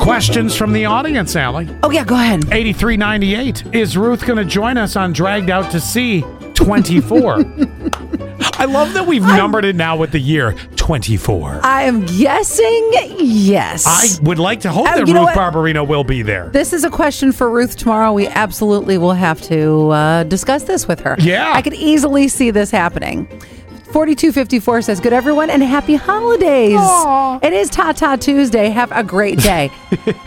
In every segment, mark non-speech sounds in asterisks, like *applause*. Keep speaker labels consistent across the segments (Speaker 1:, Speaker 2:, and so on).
Speaker 1: questions from the audience, Allie.
Speaker 2: Oh, yeah, go ahead.
Speaker 1: 8398. Is Ruth going to join us on Dragged Out to Sea
Speaker 2: *laughs*
Speaker 1: 24? I love that we've numbered it now with the year 24.
Speaker 2: I am guessing yes.
Speaker 1: I would like to hope
Speaker 2: Oh,
Speaker 1: that
Speaker 2: you know
Speaker 1: Ruth
Speaker 2: what?
Speaker 1: Barbarino will be there.
Speaker 2: This is a question for Ruth tomorrow. We absolutely will have to uh, discuss this with her.
Speaker 1: Yeah.
Speaker 2: I could easily see this happening. 4254 says, Good everyone and happy holidays. It is Ta Ta Tuesday. Have a
Speaker 1: *laughs*
Speaker 2: great day.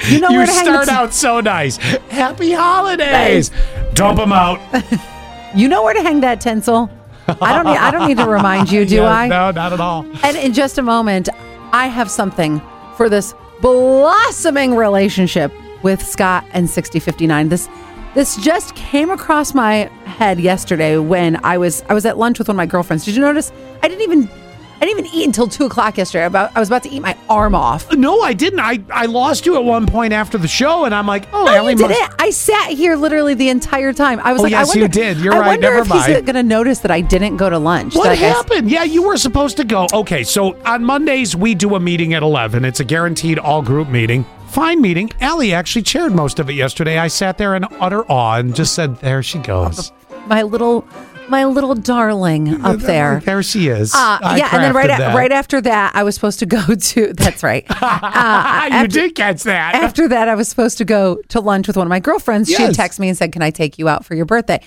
Speaker 2: You know
Speaker 1: you
Speaker 2: where to hang
Speaker 1: start
Speaker 2: the-
Speaker 1: out so nice. Happy holidays. Dump them out.
Speaker 2: You know where to hang that tinsel. I don't need I don't need to remind you, *laughs*
Speaker 1: *laughs*
Speaker 2: do
Speaker 1: Yeah,
Speaker 2: I?
Speaker 1: No, not at all.
Speaker 2: And in just a moment, I have something for this blossoming relationship with Scott and 6059. This this just came across my head yesterday when I was I was at lunch with one of my girlfriends. Did you notice? I didn't even I didn't even eat until two o'clock yesterday. About I was about to eat my arm off.
Speaker 1: No, I didn't. I, I lost you at one point after the show, and I'm like, oh,
Speaker 2: No,
Speaker 1: Allie
Speaker 2: you did
Speaker 1: must-
Speaker 2: it. I sat here literally the entire time. I was
Speaker 1: Oh,
Speaker 2: like,
Speaker 1: yes,
Speaker 2: I
Speaker 1: you
Speaker 2: wonder,
Speaker 1: did. You're
Speaker 2: I
Speaker 1: right.
Speaker 2: wonder
Speaker 1: Never
Speaker 2: if he's
Speaker 1: mind.
Speaker 2: going to notice that I didn't go to lunch.
Speaker 1: What
Speaker 2: that I-
Speaker 1: happened? Yeah, you were supposed to go. Okay, so on Mondays we do a meeting at eleven. It's a guaranteed all group meeting. Fine meeting. Allie actually chaired most of it yesterday. I sat there in utter awe and just said, "There she goes,
Speaker 2: my little, my little darling
Speaker 1: *laughs*
Speaker 2: up there.
Speaker 1: there she is."
Speaker 2: Uh,
Speaker 1: I
Speaker 2: yeah, and then right
Speaker 1: crafted
Speaker 2: a-
Speaker 1: that.
Speaker 2: right after that, I was supposed to go *laughs* to.
Speaker 1: *laughs*
Speaker 2: That's right.
Speaker 1: you did catch that.
Speaker 2: uh, after that, I was supposed to go to lunch with one of my girlfriends. She had
Speaker 1: Yes.
Speaker 2: texted me and said, "Can I take you out for your birthday?"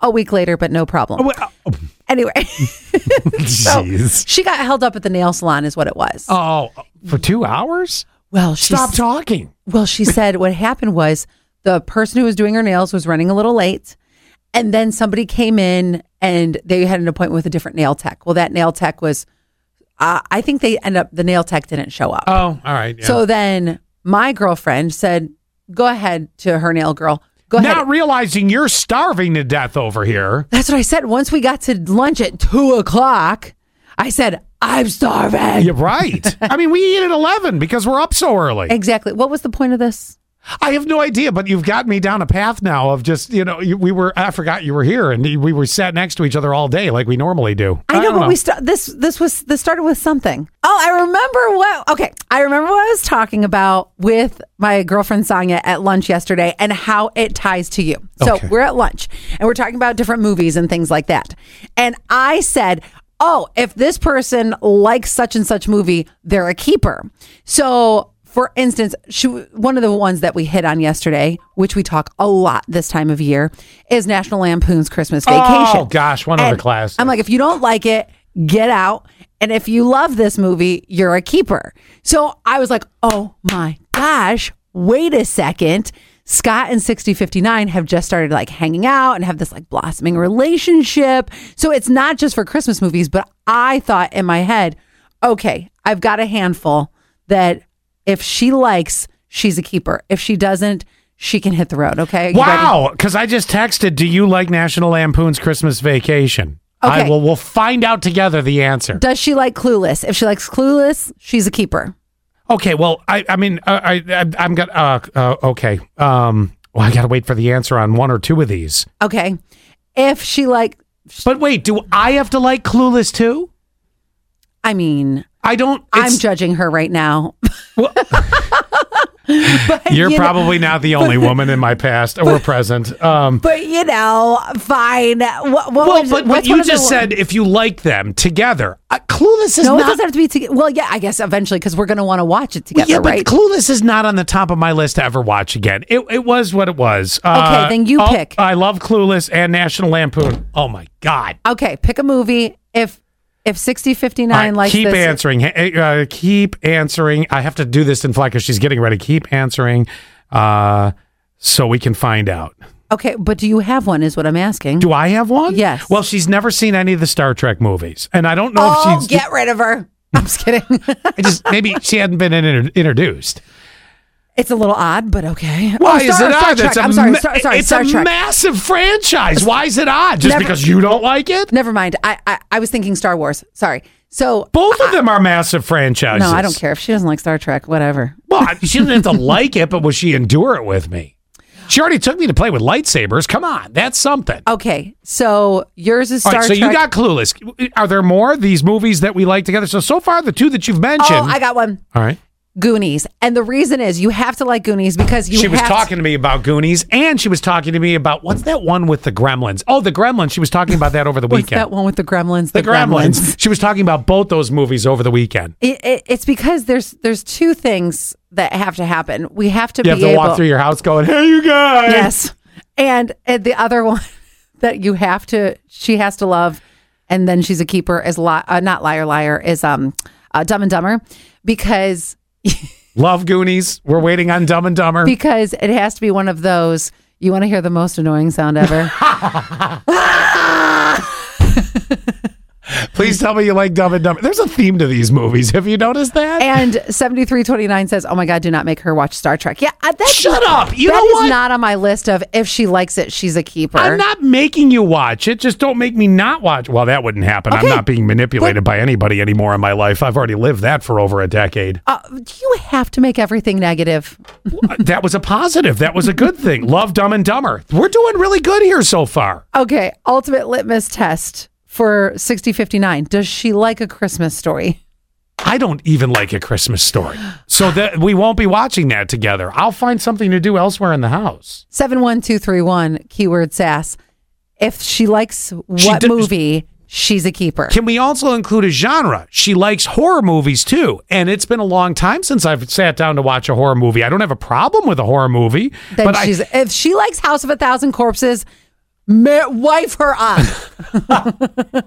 Speaker 2: A week later, but no
Speaker 1: *laughs*
Speaker 2: problem.
Speaker 1: Well, oh,
Speaker 2: Anyway, *laughs* so
Speaker 1: Jeez.
Speaker 2: she got held up at the nail salon, is what it was.
Speaker 1: Oh, for two hours?
Speaker 2: well, she
Speaker 1: Stop
Speaker 2: s-
Speaker 1: talking.
Speaker 2: Well, she said what happened was the person who was doing her nails was running a little late. And then somebody came in and they had an appointment with a different nail tech. Well, that nail tech was, uh, I think they end up, the nail tech didn't show up.
Speaker 1: Oh, all right. Yeah.
Speaker 2: So then my girlfriend said, go ahead to her nail girl. Go ahead.
Speaker 1: not realizing you're starving to death over here.
Speaker 2: That's what I said. Once we got to lunch at two o'clock, I said, I'm starving.
Speaker 1: You're
Speaker 2: *laughs*
Speaker 1: right. I mean, we eat at eleven because we're up so early.
Speaker 2: Exactly. What was the point of this?
Speaker 1: I have no idea, but you've got me down a path now of just, you know, you, we were, I forgot you were here and we were sat next to each other all day like we normally do.
Speaker 2: I know,
Speaker 1: don't
Speaker 2: but we st- this this was this started with something. Oh, I remember what. Okay, I remember what I was talking about with my girlfriend Sonia at lunch yesterday, and how it ties to you. So
Speaker 1: Okay.
Speaker 2: we're at lunch, and we're talking about different movies and things like that. And I said, "Oh, if this person likes such and such movie, they're a keeper." So. For instance, she, one of the ones that we hit on yesterday, which we talk a lot this time of year, is National Lampoon's Christmas Vacation.
Speaker 1: Oh, gosh, one other
Speaker 2: And
Speaker 1: class.
Speaker 2: I'm like, if you don't like it, get out. And if you love this movie, you're a keeper. So I was like, oh my gosh, wait a second. Scott and 6059 have just started like hanging out and have this like blossoming relationship. So it's not just for Christmas movies, but I thought in my head, okay, I've got a handful that if she likes, she's a keeper. If she doesn't, she can hit the road. Okay. You ready?
Speaker 1: wow. Because I just texted, do you like National Lampoon's Christmas Vacation? I
Speaker 2: Okay.
Speaker 1: will, we'll find out together the answer.
Speaker 2: Does she like Clueless? If she likes Clueless, she's a keeper.
Speaker 1: Okay, well, I, I mean, uh, I, I, I'm got, uh, uh, okay. Um, well, I got to wait for the answer on one or two of these.
Speaker 2: Okay. If she like,
Speaker 1: But wait, do I have to like Clueless too?
Speaker 2: I mean,
Speaker 1: I don't.
Speaker 2: I'm judging her right now. *laughs*
Speaker 1: Well-
Speaker 2: but,
Speaker 1: You're
Speaker 2: you know-
Speaker 1: probably not the
Speaker 2: *laughs*
Speaker 1: only woman in my past or present. Um,
Speaker 2: but you know, fine. What, what
Speaker 1: well,
Speaker 2: was-
Speaker 1: but what
Speaker 2: what's one
Speaker 1: you
Speaker 2: of the
Speaker 1: just
Speaker 2: wo-
Speaker 1: said, if you like them together, uh, Clueless is
Speaker 2: No, it
Speaker 1: not.
Speaker 2: doesn't have to be together. Well, yeah, I guess eventually because we're going to want to watch it together,
Speaker 1: yeah,
Speaker 2: right?
Speaker 1: but Clueless is not on the top of my list to ever watch again. It, it was what it was. Uh,
Speaker 2: then you
Speaker 1: oh,
Speaker 2: pick.
Speaker 1: I love Clueless and National Lampoon. Oh my God!
Speaker 2: okay, pick a movie. If if sixty fifty
Speaker 1: All
Speaker 2: nine
Speaker 1: right,
Speaker 2: likes
Speaker 1: keep
Speaker 2: this,
Speaker 1: answering. Hey, Uh, keep answering. I have to do this in flight because she's getting ready. Keep answering, uh, so we can find out.
Speaker 2: okay, but do you have one? Is what I'm asking.
Speaker 1: Do I have one?
Speaker 2: Yes.
Speaker 1: Well, she's never seen any of the Star Trek movies, and I don't know
Speaker 2: oh,
Speaker 1: if she's.
Speaker 2: get rid of her. *laughs* I'm just kidding.
Speaker 1: I just maybe she hadn't been inter- introduced.
Speaker 2: it's a little odd, but okay.
Speaker 1: Why
Speaker 2: Oh,
Speaker 1: is
Speaker 2: Star,
Speaker 1: it
Speaker 2: Star
Speaker 1: odd?
Speaker 2: Trek.
Speaker 1: It's a
Speaker 2: I'm sorry,
Speaker 1: ma-
Speaker 2: Star, sorry,
Speaker 1: it's
Speaker 2: Star
Speaker 1: a
Speaker 2: Trek.
Speaker 1: massive franchise. Why is it odd? Just
Speaker 2: Never-
Speaker 1: because you don't like it?
Speaker 2: Never mind. I, I I was thinking Star Wars. Sorry. So
Speaker 1: Both of them are massive franchises.
Speaker 2: no, I don't care if she doesn't like Star Trek. Whatever.
Speaker 1: Well, I- she didn't have to like it, but will she endure it with me? She already took me to play with lightsabers. Come on, that's something.
Speaker 2: Okay, so yours is
Speaker 1: All
Speaker 2: Uh, Star
Speaker 1: right, so
Speaker 2: Trek.
Speaker 1: you got Clueless. Are there more of these movies that we like together? So so far, the two that you've mentioned.
Speaker 2: oh, I got one.
Speaker 1: All right.
Speaker 2: Goonies. And the reason is you have to like Goonies because you
Speaker 1: she was
Speaker 2: have to-
Speaker 1: talking to me about Goonies, and she was talking to me about what's that one with the Gremlins? Oh, the Gremlins. She was talking about that over the
Speaker 2: What's
Speaker 1: weekend.
Speaker 2: that one with the gremlins?
Speaker 1: the Gremlins. *laughs* She was talking about both those movies over the weekend.
Speaker 2: It, it, it's because there's there's two things that have to happen. We have to
Speaker 1: You
Speaker 2: be
Speaker 1: have to
Speaker 2: able,
Speaker 1: walk through your house going, "Hey, you guys."
Speaker 2: yes, and, and the other one *laughs* that you have to she has to love, and then she's a keeper is li- uh, not liar liar is um uh, Dumb and Dumber because
Speaker 1: Love Goonies. We're waiting on Dumb and Dumber.
Speaker 2: because it has to be one of those you want to hear the most annoying sound *laughs* ever.
Speaker 1: Please tell me you like Dumb and Dumber. There's a theme to these movies. Have you noticed that?
Speaker 2: and seventy three twenty nine says, "Oh my God, do not make her watch Star Trek." Yeah, uh, that's
Speaker 1: Shut up. You
Speaker 2: That
Speaker 1: know
Speaker 2: is
Speaker 1: what?
Speaker 2: not on my list of if she likes it, she's a keeper.
Speaker 1: I'm not making you watch it. Just don't make me not watch. Well, that wouldn't happen. I'm
Speaker 2: Okay.
Speaker 1: not being manipulated by anybody anymore in my life. I've already lived that for over a decade.
Speaker 2: Uh, do you have to make everything negative?
Speaker 1: that was a positive. That was a good thing. Love Dumb and Dumber. We're doing really good here so far.
Speaker 2: Okay, ultimate litmus test for 6059. Does she like a Christmas story?
Speaker 1: I don't even like a Christmas story. So that we won't be watching that together. I'll find something to do elsewhere in the house.
Speaker 2: 71231, keyword sass. If she likes what
Speaker 1: does-
Speaker 2: movie, she's a keeper.
Speaker 1: Can we also include a genre? She likes horror movies too. And it's been a long time since I've sat down to watch a horror movie. I don't have a problem with a horror movie.
Speaker 2: Then
Speaker 1: but I-
Speaker 2: she's if she likes House of a Thousand Corpses, ma- wife her up.